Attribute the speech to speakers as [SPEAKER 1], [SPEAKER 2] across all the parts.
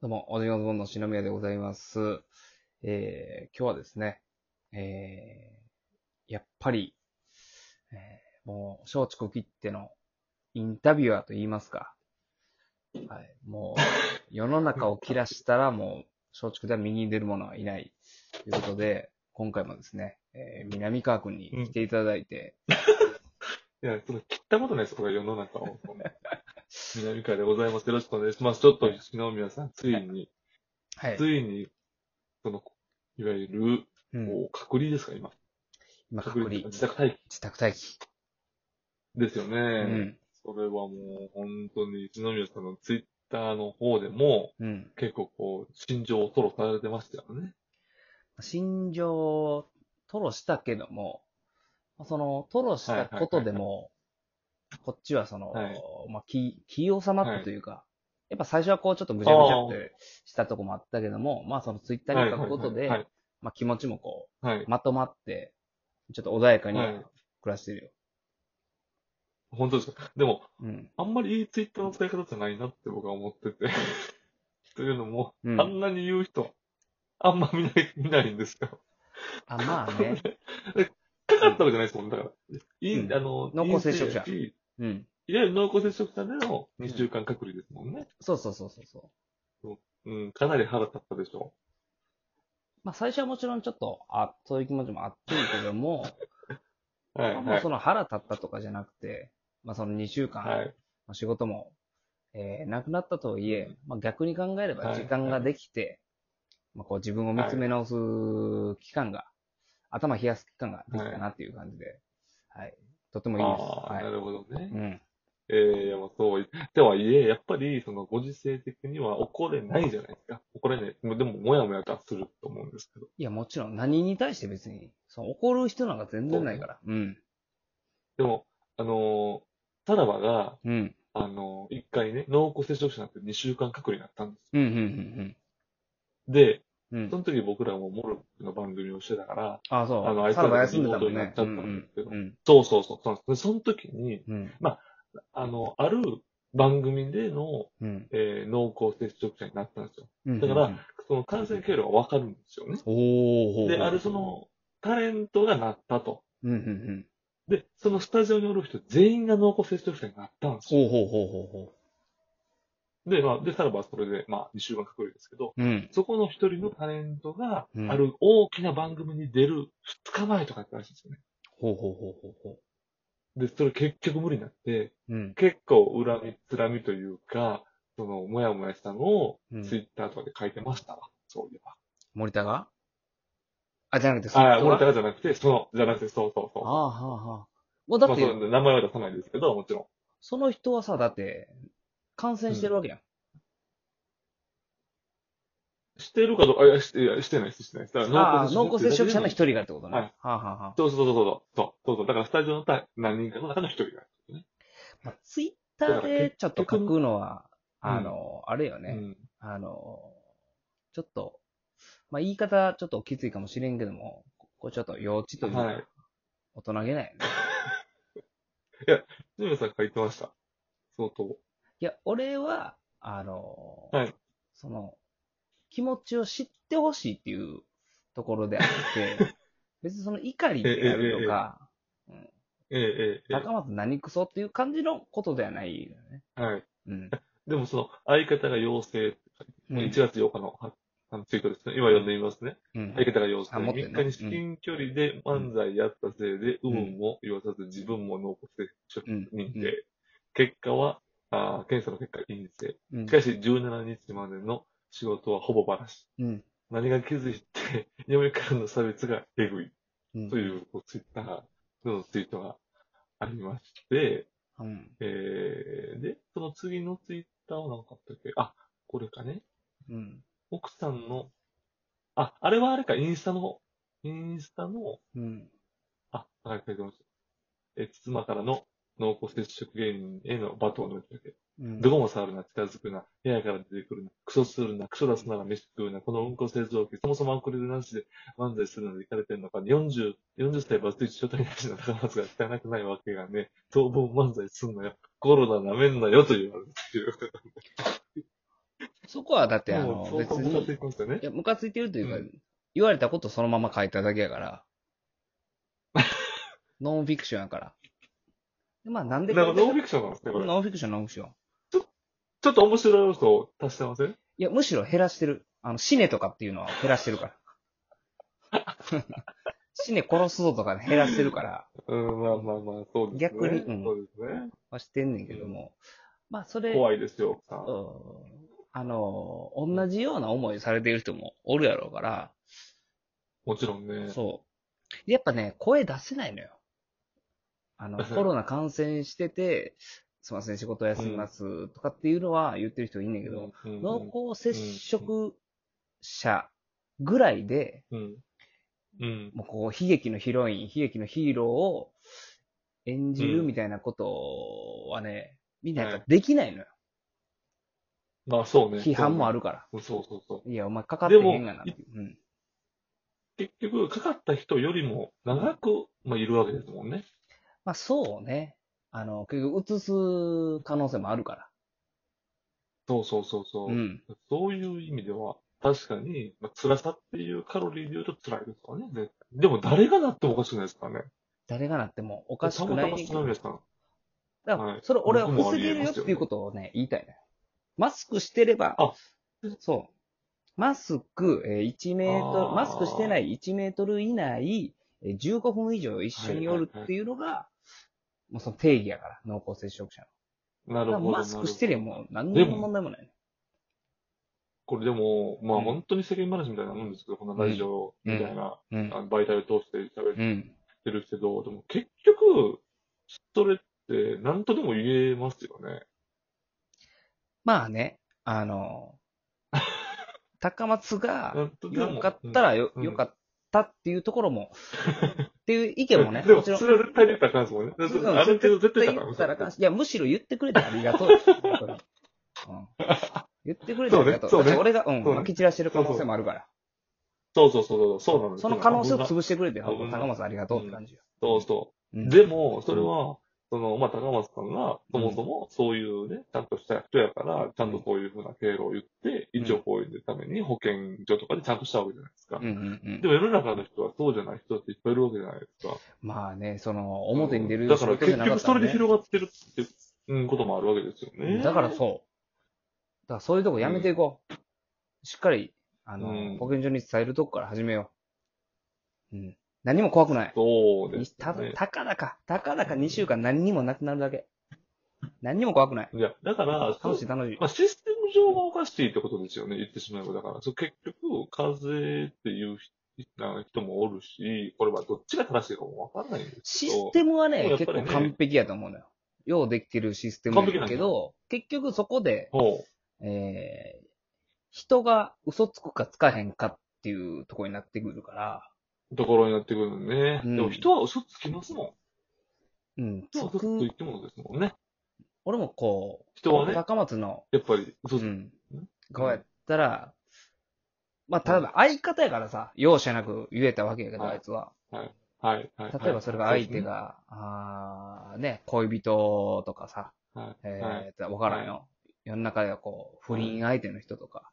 [SPEAKER 1] どうも、おじのズボンの篠宮でございます。えー、今日はですね、えー、やっぱり、えー、もう、松竹切ってのインタビュアーと言いますか。はい、もう、世の中を切らしたらもう、松竹では右に出る者はいない。ということで、今回もですね、えー、南川くんに来ていただいて、
[SPEAKER 2] いや、その、切ったことないです、これ世の中を。南海でございます。よろしくお願いします。ちょっと、篠宮さん、ついに、
[SPEAKER 1] はい。
[SPEAKER 2] ついに、その、いわゆる、
[SPEAKER 1] うん、
[SPEAKER 2] もう、隔離ですか、今。
[SPEAKER 1] 今、隔離、
[SPEAKER 2] 自宅待機
[SPEAKER 1] 自宅待機。
[SPEAKER 2] ですよね。
[SPEAKER 1] うん、
[SPEAKER 2] それはもう、本当に、篠宮さんのツイッターの方でも、
[SPEAKER 1] うん。
[SPEAKER 2] 結構こう、心情を吐露されてましたよね。
[SPEAKER 1] 心情を吐露したけども、その、吐露したことでも、こっちはその、
[SPEAKER 2] はい
[SPEAKER 1] まあ、気、気収まったというか、やっぱ最初はこうちょっとぐちゃぐちゃってしたとこもあったけども、まあそのツイッターに書くこと
[SPEAKER 2] は
[SPEAKER 1] で
[SPEAKER 2] い、。
[SPEAKER 1] まあ気持ちもこ
[SPEAKER 2] はい。
[SPEAKER 1] う、まとまって、ちょっと穏やかに
[SPEAKER 2] はい
[SPEAKER 1] 暮らしてるよ。
[SPEAKER 2] 本当ですか。でも、
[SPEAKER 1] うん。
[SPEAKER 2] あんまりいいツイッターの使い方じゃないなって僕は思ってて。 というのも、
[SPEAKER 1] うん
[SPEAKER 2] あんなに言う人、あんま見ない、見ないんですよ。
[SPEAKER 1] あ、まあね。
[SPEAKER 2] かかったわけじゃないですもん、だから。いい、
[SPEAKER 1] うん
[SPEAKER 2] あの、
[SPEAKER 1] 濃厚接触者
[SPEAKER 2] 陰性いい
[SPEAKER 1] うん。
[SPEAKER 2] いわゆる濃厚接触者での2週間隔離ですもんね。
[SPEAKER 1] そうそうそうそうそう。
[SPEAKER 2] うん、かなり腹立ったでしょ
[SPEAKER 1] まあ最初はもちろんちょっと、あ、そういう気持ちもあってるけども、
[SPEAKER 2] う。はい、
[SPEAKER 1] まあも
[SPEAKER 2] は
[SPEAKER 1] う
[SPEAKER 2] い
[SPEAKER 1] そ。の腹立ったとかじゃなくて、まあその2週間、
[SPEAKER 2] はい。
[SPEAKER 1] まあ仕事も、えーなくなったとはいえ、まあ、逆に考えれば
[SPEAKER 2] はい
[SPEAKER 1] 時間ができて、まあ、こう自分を見つめ直す期間が、頭冷やす期間ができたなっていう感じで、はい。とてもいいです。
[SPEAKER 2] ああ、な
[SPEAKER 1] は
[SPEAKER 2] るほど
[SPEAKER 1] い。
[SPEAKER 2] ね
[SPEAKER 1] う。ん。
[SPEAKER 2] ええまあそう。ではいえ、やっぱり、その、ご時世的には怒れないじゃないですか。怒れない。もうでも、もやもやとはすると思うんですけど。
[SPEAKER 1] いや、もちろん何に対して別に、そう怒る人なんか全然ないから。うん。
[SPEAKER 2] でも、あのー、さらばが、
[SPEAKER 1] うん。
[SPEAKER 2] あのー、一回ね、濃厚接触者になって2週間隔離になったんです
[SPEAKER 1] うん、うん、
[SPEAKER 2] よ。で、
[SPEAKER 1] うん、うん。う
[SPEAKER 2] そ
[SPEAKER 1] ん。
[SPEAKER 2] の時僕らもモルックの番組をしてたから、
[SPEAKER 1] あ、そう。
[SPEAKER 2] あのあいつ
[SPEAKER 1] さ
[SPEAKER 2] ら
[SPEAKER 1] らば休んでたもん
[SPEAKER 2] リモートにな
[SPEAKER 1] ねうん、う
[SPEAKER 2] っ。ちゃったん
[SPEAKER 1] ん
[SPEAKER 2] ですけ、ど
[SPEAKER 1] うん。
[SPEAKER 2] そうそうそう、そうなんですでその時に、
[SPEAKER 1] うん、
[SPEAKER 2] あの、ある番組での、
[SPEAKER 1] うん。
[SPEAKER 2] えー濃厚接触者になったんですよ。
[SPEAKER 1] うん。
[SPEAKER 2] だから
[SPEAKER 1] うん、
[SPEAKER 2] その感染経路がわかるんですよね。
[SPEAKER 1] おー。
[SPEAKER 2] で、あるそ、の、タレントがなったと。
[SPEAKER 1] うん、うん、うん。
[SPEAKER 2] で、そのスタジオにおる人全員が濃厚接触者になったんですよ。
[SPEAKER 1] ほうほうほうほうほ
[SPEAKER 2] で、まあ、で、さらばそれで、まあ、2週間隔離ですけど、
[SPEAKER 1] う。うん。
[SPEAKER 2] そこの一人のタレントが
[SPEAKER 1] う、ん
[SPEAKER 2] ある大きな番組に出る2日前とかやったらしいんですよね。
[SPEAKER 1] ほうほうほうほうほ
[SPEAKER 2] で、それ結局無理になって、
[SPEAKER 1] う。うん。
[SPEAKER 2] 結構恨み、つらみというか、その、もやもやしたのを、
[SPEAKER 1] うん
[SPEAKER 2] ツイッターとかで書いてましたわ。そういえば。
[SPEAKER 1] 森田があ、じゃなくて、
[SPEAKER 2] ああ、俺か
[SPEAKER 1] が
[SPEAKER 2] らじゃなくて、その、じゃなくて、そうそうそう。
[SPEAKER 1] ああ、はあ、はあ。もうだ
[SPEAKER 2] まあ、
[SPEAKER 1] っ
[SPEAKER 2] そ
[SPEAKER 1] て、
[SPEAKER 2] う名前は出さないですけど、もちろん。
[SPEAKER 1] その人はさ、だって、感染してるわけやん。
[SPEAKER 2] してるかどうか、あいやしていやしてないです、してないです。だから
[SPEAKER 1] ああ、濃厚接触者の一
[SPEAKER 2] 人。
[SPEAKER 1] 人がってことね。
[SPEAKER 2] はい
[SPEAKER 1] はあ、はあはあ
[SPEAKER 2] そうそうそうそう。そうそうそう。だから、スタジオのた何人かの中の一人が。
[SPEAKER 1] まあ、ツイッターでちょっと書くのは、
[SPEAKER 2] だから
[SPEAKER 1] あ
[SPEAKER 2] 結局
[SPEAKER 1] の、あれよね。
[SPEAKER 2] うん。
[SPEAKER 1] あの、ちょっと、まあ、言い方ちょっときついかもしれんけども、これちょっと幼稚というか、
[SPEAKER 2] はい
[SPEAKER 1] 大人げないよね。
[SPEAKER 2] ジムさん書いてました。相当。
[SPEAKER 1] いや、俺は、あの、
[SPEAKER 2] はい
[SPEAKER 1] その、気持ちを知ってほしいっていうところであ って、別にその怒りであるとか、
[SPEAKER 2] えええええ
[SPEAKER 1] 高松何クソっていう感じのことではないよね。
[SPEAKER 2] え。はい。
[SPEAKER 1] うん。
[SPEAKER 2] でも、その、相方が陽性、
[SPEAKER 1] うん
[SPEAKER 2] 1月8日のはあのツイートですね。今読んでみますね。
[SPEAKER 1] うん
[SPEAKER 2] 相方が陽性。
[SPEAKER 1] あ持ってん
[SPEAKER 2] 3
[SPEAKER 1] の
[SPEAKER 2] 日に至近距離で漫才やったせいで、
[SPEAKER 1] ん
[SPEAKER 2] 有無も言わさず自分も濃厚接触
[SPEAKER 1] うん。
[SPEAKER 2] 認定。結果は、あー検査の結果陰性。
[SPEAKER 1] うん
[SPEAKER 2] しかし17日までの仕事はほぼばらし。
[SPEAKER 1] うん。
[SPEAKER 2] 何が気づいて、嫁からの差別がえぐい。
[SPEAKER 1] うん
[SPEAKER 2] という、こうツイッターのツイートがありまして、
[SPEAKER 1] うん。
[SPEAKER 2] えー、で、その次のツイッターは何かあったっけあ、これかね。
[SPEAKER 1] うん。
[SPEAKER 2] 奥さんの、あ、あれはあれか、インスタの、インスタの、
[SPEAKER 1] うん。
[SPEAKER 2] あ、はい、書いてます。え、妻からの濃厚接触原因への罵倒のやつだけ。
[SPEAKER 1] うん
[SPEAKER 2] どこも触るな、近づくな、部屋から出てくるな、クソするな、クソ出すなら飯食うな、このうんこ製造機、そもそもアンコールでなしで漫才するのでいかれてるのか、40、40歳バツイチ初対なしの高松が汚くないわけがね、当分漫才すんなよ、コロナ舐めんなよと言われるっていう。
[SPEAKER 1] そこはだって、あ
[SPEAKER 2] も
[SPEAKER 1] の
[SPEAKER 2] う、相当
[SPEAKER 1] 別
[SPEAKER 2] ムカ
[SPEAKER 1] に
[SPEAKER 2] つ、いてますよね
[SPEAKER 1] い。や、ムカついてるというか、
[SPEAKER 2] う
[SPEAKER 1] 言われたことそのまま書いただけや から。ノンフィクションやから。でまあ、なんで
[SPEAKER 2] なんかノンフ
[SPEAKER 1] ノ
[SPEAKER 2] ィクションなんですね、これ。
[SPEAKER 1] ンフィクション、ノンフィクション。
[SPEAKER 2] ちょっと面白い要素を足してません
[SPEAKER 1] いや、むしろ減らしてる。あの、死ねとかっていうのは減らしてるから。 死ね殺すぞとか減らしてるから、
[SPEAKER 2] うん、まあまあまあ、そうですね。
[SPEAKER 1] 逆にうん
[SPEAKER 2] そうですね。
[SPEAKER 1] はしてんねんけども。まあ、それ、
[SPEAKER 2] 怖いですよ、奥さん。
[SPEAKER 1] うんあの、同じような思いされてる人もおるやろうから、
[SPEAKER 2] もちろんね。
[SPEAKER 1] そう。やっぱね、声出せないのよ。あの、コロナ感染してて、 すいません、仕事休みますとかっていうのは言ってる人いんねんけど、
[SPEAKER 2] うんうん
[SPEAKER 1] 濃厚接触者ぐらいで、
[SPEAKER 2] うん。うん。
[SPEAKER 1] もうこう、悲劇のヒロイン、悲劇のヒーローを演じるみたいなことはね、みんなやっぱできないのよ。
[SPEAKER 2] まあそうね。
[SPEAKER 1] 批判もあるから。
[SPEAKER 2] そうね。そうそうそう。
[SPEAKER 1] いや、お前かかってへんがなっていう。うん。
[SPEAKER 2] 結局、かかった人よりも長く、まあ、いるわけですもんね。
[SPEAKER 1] まあそうね。あの、結局、移す可能性もあるから。
[SPEAKER 2] そうそうそうそう。
[SPEAKER 1] うん。
[SPEAKER 2] そういう意味では、確かに、まあ、辛さっていうカロリーで言うと辛いですからね。ででも誰がなってもおかしくないですからね。
[SPEAKER 1] 誰がなってもお
[SPEAKER 2] お
[SPEAKER 1] かしくないねんけ
[SPEAKER 2] た
[SPEAKER 1] ど。
[SPEAKER 2] またま宮さん。
[SPEAKER 1] だから
[SPEAKER 2] はい
[SPEAKER 1] それ俺は
[SPEAKER 2] 僕もあ
[SPEAKER 1] 防
[SPEAKER 2] り
[SPEAKER 1] げ
[SPEAKER 2] え
[SPEAKER 1] る
[SPEAKER 2] ます
[SPEAKER 1] よ
[SPEAKER 2] よ
[SPEAKER 1] っ
[SPEAKER 2] ね
[SPEAKER 1] ていうことをね、言いたいね。マスクしてれば
[SPEAKER 2] あ、
[SPEAKER 1] そう。マスク、えー1メートル、
[SPEAKER 2] あー
[SPEAKER 1] マスクしてない1メートル以内、えー15分以上一緒におるっていうのが、もうその定義やから、濃厚接触者
[SPEAKER 2] なる
[SPEAKER 1] の。
[SPEAKER 2] ほど。
[SPEAKER 1] マスクして
[SPEAKER 2] な
[SPEAKER 1] り
[SPEAKER 2] る
[SPEAKER 1] ゃ
[SPEAKER 2] ほど
[SPEAKER 1] もう何の問題もないね。
[SPEAKER 2] これでも、まあ
[SPEAKER 1] うん
[SPEAKER 2] 本当に世間話みたいなもんですけど、こんなラジオみたいな、
[SPEAKER 1] うん
[SPEAKER 2] あ。の媒体を通して喋っ
[SPEAKER 1] うん。
[SPEAKER 2] てるけど、でも結局、それって何とでも言えますよね。
[SPEAKER 1] まあね、あの、 高松が
[SPEAKER 2] 何とでも。
[SPEAKER 1] 良かったらよ、
[SPEAKER 2] うん
[SPEAKER 1] 良かったっていうところ も、っていう意見もね、
[SPEAKER 2] で
[SPEAKER 1] も
[SPEAKER 2] も、
[SPEAKER 1] ちろん
[SPEAKER 2] そ。れは絶対に言ったらあかんですもんね。
[SPEAKER 1] うん
[SPEAKER 2] ある程度絶対
[SPEAKER 1] 言
[SPEAKER 2] 言っ
[SPEAKER 1] ったた
[SPEAKER 2] ら
[SPEAKER 1] ら
[SPEAKER 2] あか
[SPEAKER 1] かん
[SPEAKER 2] んです
[SPEAKER 1] しいや、むしろ言ってくれてあり がとう。本当にうん、言ってくれてありがとう。
[SPEAKER 2] そうねそうね
[SPEAKER 1] だって俺が、うん、
[SPEAKER 2] そうね
[SPEAKER 1] 撒き散らしてる可能性もあるから。
[SPEAKER 2] そうそうそうそう。そうなのよ
[SPEAKER 1] その可能性を潰してくれてよ、
[SPEAKER 2] 危ない
[SPEAKER 1] 高松ありがとうって感じよ。
[SPEAKER 2] そうそう。
[SPEAKER 1] うん
[SPEAKER 2] でも、それは、その、まあ、高松さんが、そもそもそういうね、ちゃんとした人やから、ちゃんとこういうふうな経路を言って、
[SPEAKER 1] ん
[SPEAKER 2] 一応こういうために保健所とかでちゃんとしたわけじゃないですか
[SPEAKER 1] うん。うんうん
[SPEAKER 2] でも世の中の人はそうじゃない人っていっぱいいるわけじゃないですか。
[SPEAKER 1] まあね、その、表に出る
[SPEAKER 2] だから
[SPEAKER 1] 状況じ
[SPEAKER 2] 結
[SPEAKER 1] ゃなかっ
[SPEAKER 2] 局
[SPEAKER 1] た
[SPEAKER 2] そ
[SPEAKER 1] ら
[SPEAKER 2] れ
[SPEAKER 1] ね
[SPEAKER 2] で広がってるって、うん、こともあるわけですよね。
[SPEAKER 1] だからそう。だからそういうとこやめていこう。しっかり、あの、
[SPEAKER 2] うん
[SPEAKER 1] 保健所に伝えるとこから始めよう。うん。何も怖くない。
[SPEAKER 2] そうです、
[SPEAKER 1] た
[SPEAKER 2] ね。
[SPEAKER 1] たかだか、たかだか2週間何にもなくなるだけ。何にも怖くない。
[SPEAKER 2] いや、だから、
[SPEAKER 1] 楽しい楽しい。
[SPEAKER 2] まあ、システム上がおかしいってことですよね、言ってしまえば。だから、そう結局、風邪っていう人もおるし、これはどっちが正しいかもわかんないんです
[SPEAKER 1] シ
[SPEAKER 2] けど
[SPEAKER 1] ス。テムは
[SPEAKER 2] そう
[SPEAKER 1] ね、
[SPEAKER 2] やっ
[SPEAKER 1] 結
[SPEAKER 2] ぱりね
[SPEAKER 1] 構完璧やと思うのよ。ようできてるシステムだ
[SPEAKER 2] 完
[SPEAKER 1] け
[SPEAKER 2] 璧なん
[SPEAKER 1] ど、結局そこで、
[SPEAKER 2] ほ
[SPEAKER 1] えー、人が嘘つくかつかへんかっていうところになってくるから、
[SPEAKER 2] う、ところになってくるんでね。
[SPEAKER 1] うん
[SPEAKER 2] でも人は嘘つきますもん。
[SPEAKER 1] うん、
[SPEAKER 2] 人
[SPEAKER 1] つ
[SPEAKER 2] は嘘つ
[SPEAKER 1] く
[SPEAKER 2] い、てもですもんね。
[SPEAKER 1] 俺もこう、
[SPEAKER 2] 人はね、
[SPEAKER 1] 高松の、
[SPEAKER 2] やっぱり嘘
[SPEAKER 1] う
[SPEAKER 2] つ
[SPEAKER 1] ん、顔やったら、まあ、ただ相方やからさ、容赦なく言えたわけやけど、
[SPEAKER 2] はい
[SPEAKER 1] あいつは。
[SPEAKER 2] はい、はい。
[SPEAKER 1] 例えばそれが相手が、あーね、恋人とかさ、
[SPEAKER 2] はい、
[SPEAKER 1] え
[SPEAKER 2] は
[SPEAKER 1] ーと、わからんよ。世の中ではこう、不倫相手の人とか、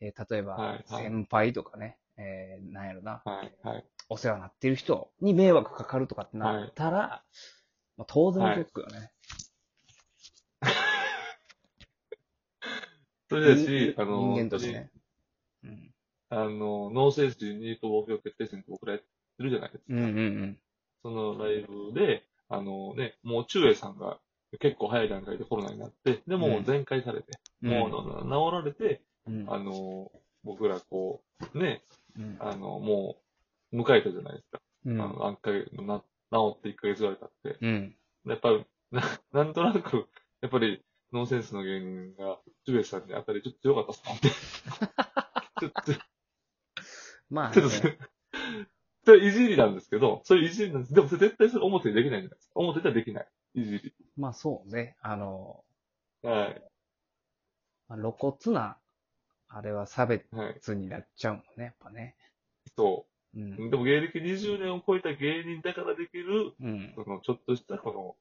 [SPEAKER 1] えー例え
[SPEAKER 2] は
[SPEAKER 1] ば、
[SPEAKER 2] いはい
[SPEAKER 1] 先輩とかね、えーなんやろな、
[SPEAKER 2] い、はい、はい。
[SPEAKER 1] お世話になってる人に迷惑かかるとかってなったら、まあ、当然嘘つくよね。
[SPEAKER 2] それだし、あの、
[SPEAKER 1] 人間としてね。うん。
[SPEAKER 2] 本当にあの、脳性児に東京決定戦って僕らやってるじゃないですか。
[SPEAKER 1] うんうん
[SPEAKER 2] そのライブで、あのね、もう中英さんが結構早い段階でコロナになって、で
[SPEAKER 1] う
[SPEAKER 2] も
[SPEAKER 1] ん
[SPEAKER 2] 全開されて、
[SPEAKER 1] うん。
[SPEAKER 2] もうな治られて、
[SPEAKER 1] うん、
[SPEAKER 2] あの、僕らこう、ね、
[SPEAKER 1] うん。
[SPEAKER 2] あの、もう、迎えたじゃないですか。
[SPEAKER 1] う
[SPEAKER 2] あ
[SPEAKER 1] ん。
[SPEAKER 2] の、あんかげな、治って1ヶ月ぐらい経って。
[SPEAKER 1] うん。
[SPEAKER 2] やっぱり、ななんとなく、やっぱり、ノーセンスの芸人が、中英さんに当たりちょっと強かったっすもんね ちょっと
[SPEAKER 1] まあ、
[SPEAKER 2] ちょっと それ、それいじりなんですけど、それいじりなんです。でもそれ絶対それ表にできないじゃないですか。表ではできない。いじり。
[SPEAKER 1] まあそうね。あの、
[SPEAKER 2] はい。
[SPEAKER 1] まあ露骨な、あれは差別
[SPEAKER 2] はい。
[SPEAKER 1] になっちゃうもんね、やっぱね。
[SPEAKER 2] そ
[SPEAKER 1] うん
[SPEAKER 2] う。。でも芸歴20年を超えた芸人だからできる、
[SPEAKER 1] うん。
[SPEAKER 2] その、ちょっとしたこの、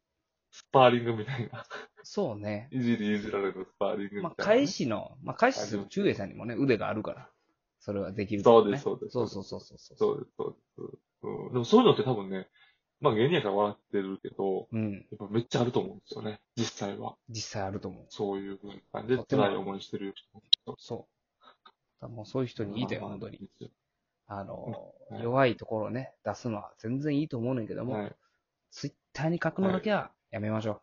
[SPEAKER 2] スパーリングみたいな。
[SPEAKER 1] そうね。
[SPEAKER 2] いじりいじられるスパーリングみたいな
[SPEAKER 1] ま
[SPEAKER 2] ね、
[SPEAKER 1] あ、返しの、まあ、返しする中衛さんにもね、腕があるから、それはできる、ね。
[SPEAKER 2] そうです、そうです。
[SPEAKER 1] そうそうそうそうそう。
[SPEAKER 2] そうです、そうです。うん、でもそういうのって多分ね、まあ芸人やから笑ってるけど、
[SPEAKER 1] うん。
[SPEAKER 2] やっぱめっちゃあると思うんですよね、実際は。
[SPEAKER 1] 実際あると思う。
[SPEAKER 2] そういう感じで
[SPEAKER 1] とても
[SPEAKER 2] 辛い思いしてる人。
[SPEAKER 1] そう。だからもうそういう人に言いたい、本当に。。あの、
[SPEAKER 2] はい
[SPEAKER 1] 弱いところをね、出すのは全然いいと思うねんけども、
[SPEAKER 2] はい。
[SPEAKER 1] ツイッターに書くのだけはやめましょ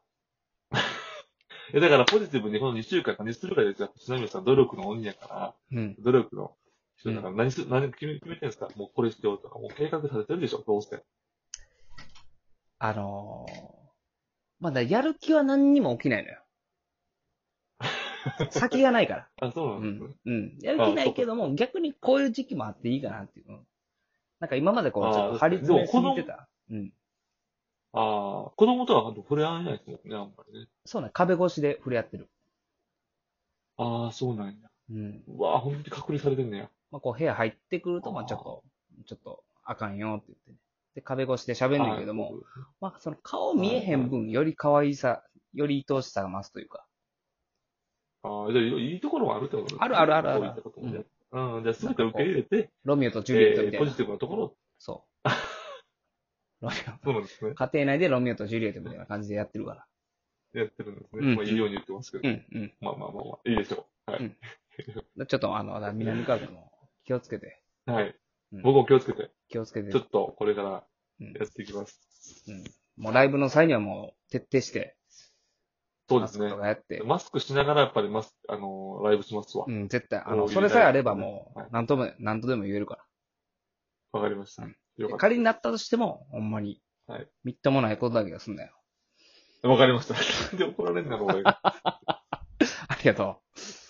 [SPEAKER 2] え、だからポジティブにこの2週間か何するかですよ。ちなみにさん、努力の鬼やから、
[SPEAKER 1] う。うん。
[SPEAKER 2] 努力の人だから何する、何決め決めてるんですかもうこれしてようとか、もう計画立ててるでしょ、どうせ。
[SPEAKER 1] あのーまあだからやる気は何にも起きないの よ。先がないから。
[SPEAKER 2] あ、そう
[SPEAKER 1] う
[SPEAKER 2] なんですね
[SPEAKER 1] ん。うん。やる気ないけども、逆にこういう時期もあっていいかなっていう。うんなんか今までこう、
[SPEAKER 2] あー
[SPEAKER 1] ちょっと張り詰めすぎて
[SPEAKER 2] で
[SPEAKER 1] た。うん。
[SPEAKER 2] ああ、子供とは触れ合えないですもんね、あんまりね。
[SPEAKER 1] そうね、壁越しで触れ合ってる。
[SPEAKER 2] ああ、そうなんや。
[SPEAKER 1] うん。
[SPEAKER 2] うわあ、ほんとに隔離されてんねや。
[SPEAKER 1] まあこう、部屋入ってくると、まあちょっと、ちょっと、あかんよって言ってね。で、壁越しで喋んねんけども、
[SPEAKER 2] はい。
[SPEAKER 1] まあその顔見えへん分、より可愛さ、より愛おしさが増すというか。
[SPEAKER 2] ああ、じゃあ、いいところはあるってことですね
[SPEAKER 1] あるあるあるある
[SPEAKER 2] こういったこともねうん、じゃあ、すべて受け入れて、
[SPEAKER 1] ロミオとジュリエットみ
[SPEAKER 2] え
[SPEAKER 1] たい
[SPEAKER 2] ーポ
[SPEAKER 1] な
[SPEAKER 2] ジ。ティブなところを、
[SPEAKER 1] そう。ロミオ。
[SPEAKER 2] そうなんですね。
[SPEAKER 1] 家庭内でロミオとジュリエットみたいな感じでやってるから。
[SPEAKER 2] やってるんです
[SPEAKER 1] うん
[SPEAKER 2] ね。まあ、いいように言ってますけ
[SPEAKER 1] う
[SPEAKER 2] ど。
[SPEAKER 1] んうん。
[SPEAKER 2] まあまあまあまあ、いいでしょう。は
[SPEAKER 1] う
[SPEAKER 2] い。
[SPEAKER 1] ちょっとあの、南川君も気をつけて、
[SPEAKER 2] はい
[SPEAKER 1] うん。
[SPEAKER 2] 僕も気をつけて、
[SPEAKER 1] 気をつけて
[SPEAKER 2] ちょ、っとこれから
[SPEAKER 1] うん
[SPEAKER 2] やっていきます。
[SPEAKER 1] うん。もうライブの際にはもう徹底して、
[SPEAKER 2] そうです
[SPEAKER 1] マス
[SPEAKER 2] ね
[SPEAKER 1] クと。かやって、
[SPEAKER 2] マスクしながらやっぱりマス、あのー、ライブしますわ
[SPEAKER 1] う。ん、絶対、あ
[SPEAKER 2] こ
[SPEAKER 1] の、
[SPEAKER 2] ういう
[SPEAKER 1] それさえあればも、
[SPEAKER 2] はいう
[SPEAKER 1] なんとも、なんとでも言えるか
[SPEAKER 2] わかりました
[SPEAKER 1] うん。
[SPEAKER 2] よ
[SPEAKER 1] ら。で
[SPEAKER 2] かっ
[SPEAKER 1] 仮になったとしても、ほんまに
[SPEAKER 2] はい、
[SPEAKER 1] みっともないことだけがすんだよ。
[SPEAKER 2] た。わかりました。なんで怒られんだろう、俺。
[SPEAKER 1] ありがとう。